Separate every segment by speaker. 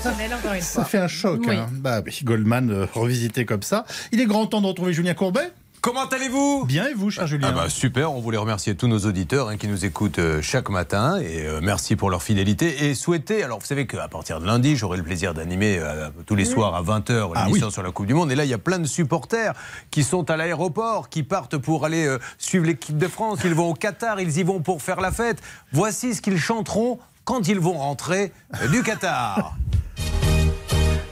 Speaker 1: éternel, encore une
Speaker 2: Ça
Speaker 1: fois.
Speaker 2: fait un choc.
Speaker 1: Oui.
Speaker 2: hein. Bah oui, Goldman euh, revisité comme ça. Il est grand temps de retrouver Julien Courbet.
Speaker 3: Comment allez-vous
Speaker 2: Bien et vous, cher Julien
Speaker 3: ah bah super, on voulait remercier tous nos auditeurs hein, qui nous écoutent euh, chaque matin et euh, merci pour leur fidélité et souhaiter, alors vous savez qu'à partir de lundi j'aurai le plaisir d'animer euh, tous les soirs à 20h
Speaker 2: Ah
Speaker 3: l'émission
Speaker 2: oui.
Speaker 3: sur la Coupe du Monde et là il y a plein de supporters qui sont à l'aéroport, qui partent pour aller euh, suivre l'équipe de France, ils vont au Qatar, ils y vont pour faire la fête, voici ce qu'ils chanteront quand ils vont rentrer euh, du Qatar.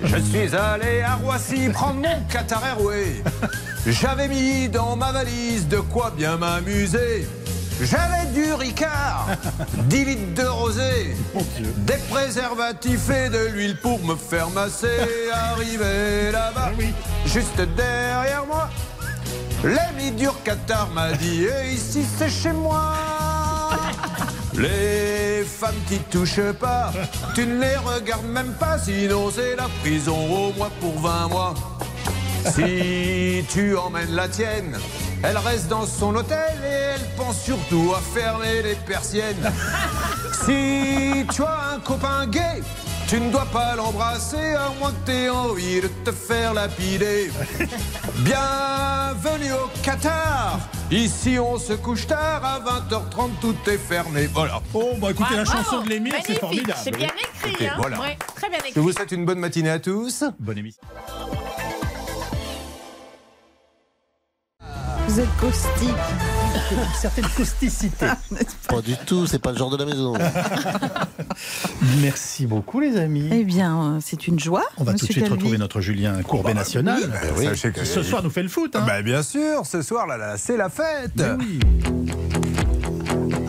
Speaker 3: Je suis allé à Roissy prendre mon Qatar Airways. J'avais mis dans ma valise de quoi bien m'amuser. J'avais du Ricard, 10 litres de rosé,
Speaker 2: Oh,
Speaker 3: des préservatifs et de l'huile pour me faire masser. Arrivé là-bas, juste derrière moi, l'ami du Qatar m'a dit Eh, Ici c'est chez moi. Les femmes qui touchent pas, tu ne les regardes même pas, sinon c'est la prison au moins pour 20 mois. Si tu emmènes la tienne, elle reste dans son hôtel et elle pense surtout à fermer les persiennes. Si tu as un copain gay, tu ne dois pas l'embrasser à moins que t'aies envie de te faire lapider. Bienvenue au Qatar Ici on se couche tard, à 20h30 tout est fermé. Voilà.
Speaker 2: Oh, bah écoutez, la
Speaker 1: Ah, bravo,
Speaker 2: chanson de l'émir, c'est
Speaker 1: magnifique,
Speaker 2: formidable.
Speaker 1: C'est bien écrit,
Speaker 3: Écoutez,
Speaker 1: hein.
Speaker 3: voilà.
Speaker 1: Ouais, très bien
Speaker 3: Je
Speaker 1: écrit.
Speaker 3: vous souhaite une bonne matinée à tous.
Speaker 2: Bonne émission.
Speaker 4: Vous êtes caustique.
Speaker 2: Une certaine causticité.
Speaker 4: Ah,
Speaker 5: Pas du tout, c'est pas le genre de la maison.
Speaker 2: Merci beaucoup, les amis.
Speaker 4: Eh bien, euh, c'est une joie.
Speaker 2: On va tout de
Speaker 4: monsieur
Speaker 2: suite
Speaker 4: Calvi.
Speaker 2: retrouver notre Julien
Speaker 3: Bah,
Speaker 2: Courbet national.
Speaker 5: oui.
Speaker 3: Sachez que-
Speaker 2: Ce soir, nous fait le foot. hein.
Speaker 3: Bah, bien sûr, ce soir là, là, c'est la fête.
Speaker 2: Mais oui.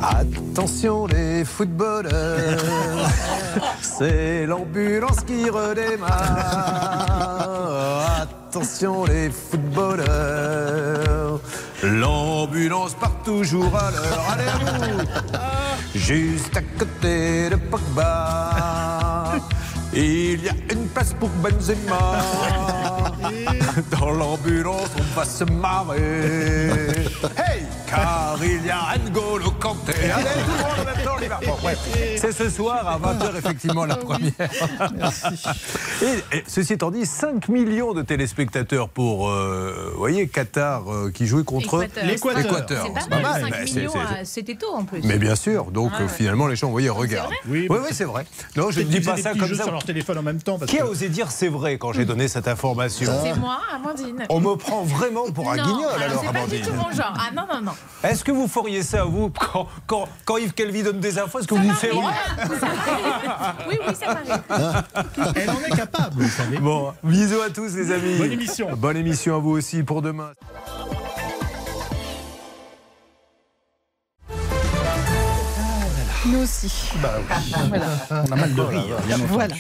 Speaker 3: Attention les footballeurs, c'est l'ambulance qui redémarre. Attention les footballeurs, l'ambulance part toujours à l'heure. Allez à vous Juste à côté de Pogba, il y a une place pour Benzema. Dans l'ambulance, on va se marrer. Hey Car il y a N'Golo Kanté. Allez, tout le monde en même temps, les Verts. Bon, ouais. C'est ce soir à 20h, effectivement, la première. Et, et ceci étant dit, 5 millions de téléspectateurs pour, euh, vous voyez, Qatar euh, qui jouait contre
Speaker 1: Équateur.
Speaker 2: l'Équateur.
Speaker 3: l'Équateur.
Speaker 1: C'est pas mal, 5
Speaker 3: mais c'est-
Speaker 1: millions,
Speaker 3: c'est-
Speaker 1: euh, c'était tôt en plus.
Speaker 3: mais bien sûr, donc
Speaker 1: Ah ouais.
Speaker 3: euh, finalement les gens, vous voyez, regardent.
Speaker 2: Oui,
Speaker 3: Oui,
Speaker 2: mais-
Speaker 3: oui, c'est vrai. Non, je ne dis
Speaker 2: Ils faisaient
Speaker 3: pas
Speaker 2: des
Speaker 3: ça
Speaker 2: petits
Speaker 3: comme
Speaker 2: jeux
Speaker 3: ça.
Speaker 2: sur leur Mmh. téléphone en même temps. Parce
Speaker 3: Qui a
Speaker 2: que-
Speaker 3: osé dire c'est vrai quand j'ai donné cette information
Speaker 1: C'est moi, Amandine.
Speaker 3: On me prend vraiment pour un
Speaker 1: non,
Speaker 3: guignol
Speaker 1: ah,
Speaker 3: alors,
Speaker 1: c'est pas du
Speaker 3: Amandine.
Speaker 1: tout mon genre. Ah non, non, non.
Speaker 3: Est-ce que vous feriez ça, vous, quand, quand, quand Yves Calvi donne des infos Est-ce que vous dites c'est vrai
Speaker 1: Oui, oui, ça m'arrive.
Speaker 2: Elle en est capable, vous savez.
Speaker 3: Bon, bisous à tous, les amis.
Speaker 2: Bonne émission.
Speaker 3: Bonne émission à vous aussi pour demain.
Speaker 4: Nous aussi.
Speaker 2: Bah On a mal de rire. bien entendu.
Speaker 4: Voilà.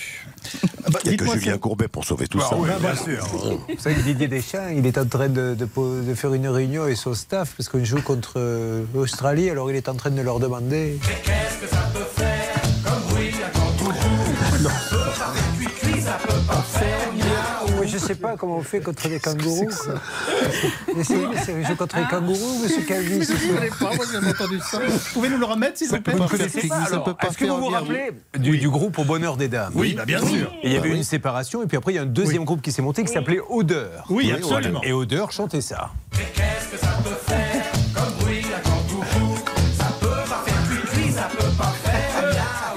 Speaker 2: Bah,
Speaker 5: Il n'y a que
Speaker 2: dites-moi,
Speaker 5: Julien
Speaker 2: c'est-
Speaker 5: Courbet pour sauver tout ça.
Speaker 3: bien sûr. Vous savez que Didier Deschamps, il est en train de, de po- de faire une réunion avec son staff parce qu'on joue contre euh, l'Australie, alors il est en train de leur demander. Mais je sais pas comment on fait contre des kangourous. Mais si, mais c'est- je joue contre les kangourous, monsieur Calvi. c'est sûr.
Speaker 2: Pouvez-nous le remettre, s'il vous plaît
Speaker 3: Vous ne
Speaker 5: connaissez
Speaker 3: connaissez
Speaker 5: pas,
Speaker 3: pas
Speaker 5: ça
Speaker 3: alors
Speaker 5: peut pas
Speaker 3: Est-ce que vous
Speaker 5: faire
Speaker 3: vous
Speaker 5: bien.
Speaker 3: rappelez du, du groupe Au Bonheur des Dames
Speaker 2: Oui, bah, bien sûr.
Speaker 3: Et il y avait
Speaker 5: Ah
Speaker 3: une séparation, et puis après, il y a un deuxième groupe qui s'est monté qui s'appelait Odeur.
Speaker 2: Oui, absolument.
Speaker 3: Et Odeur chantait ça.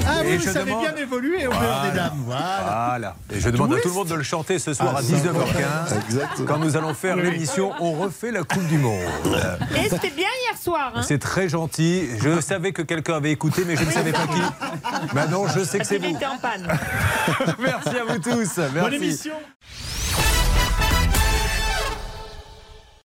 Speaker 2: Ah
Speaker 3: Et
Speaker 2: oui,
Speaker 3: je
Speaker 2: ça avait
Speaker 3: demande-
Speaker 2: bien évolué au beurre des dames. Voilà.
Speaker 3: Voilà. Ah, Et je demande à tout le monde de le chanter ce soir à 19h15.
Speaker 5: Exactement.
Speaker 3: Quand nous allons faire l'émission On refait la Coupe du Monde.
Speaker 1: Et c'était bien hier soir. Hein.
Speaker 3: C'est très gentil. Je savais que quelqu'un avait écouté, mais je ne savais pas qui. Maintenant, je sais que c'est
Speaker 1: Il
Speaker 3: vous.
Speaker 1: était en panne.
Speaker 3: Merci à vous tous. Merci.
Speaker 2: Bonne émission.